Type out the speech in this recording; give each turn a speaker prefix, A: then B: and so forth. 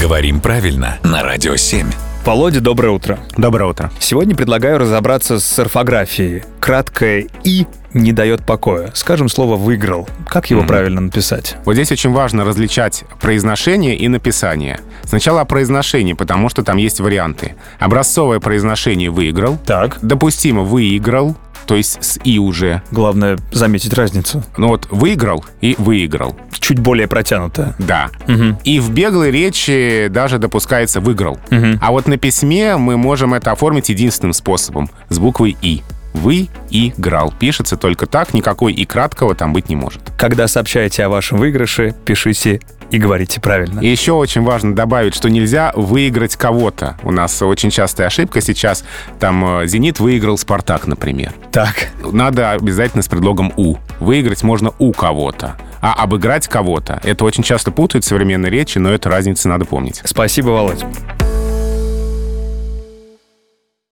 A: Говорим правильно на Радио 7.
B: Володя, доброе утро.
C: Доброе утро.
B: Сегодня предлагаю разобраться с орфографией. Краткое «и» не дает покоя. Скажем слово «выиграл». Как его правильно написать?
C: Вот здесь очень важно различать произношение и написание. Сначала о произношении, потому что там есть варианты. Образцовое произношение «выиграл».
B: Так.
C: Допустимо «выиграл», то есть с «и» уже.
B: Главное заметить разницу.
C: Ну вот «выиграл» и «выиграл».
B: Чуть более протянутое.
C: Да. И в беглой речи даже допускается «выиграл». А вот на письме мы можем это оформить единственным способом — с буквой «и». «Вы играл». Пишется только так, никакой «и» краткого там быть не может.
B: Когда сообщаете о вашем выигрыше, пишите и говорите правильно.
C: И еще очень важно добавить, что нельзя выиграть кого-то. У нас очень частая ошибка сейчас. Там э, «Зенит» выиграл «Спартак», например.
B: Так.
C: Надо обязательно с предлогом «у». Выиграть можно у кого-то. А обыграть кого-то — это очень часто путают в современной речи, но эту разницу надо помнить.
B: Спасибо, Володь.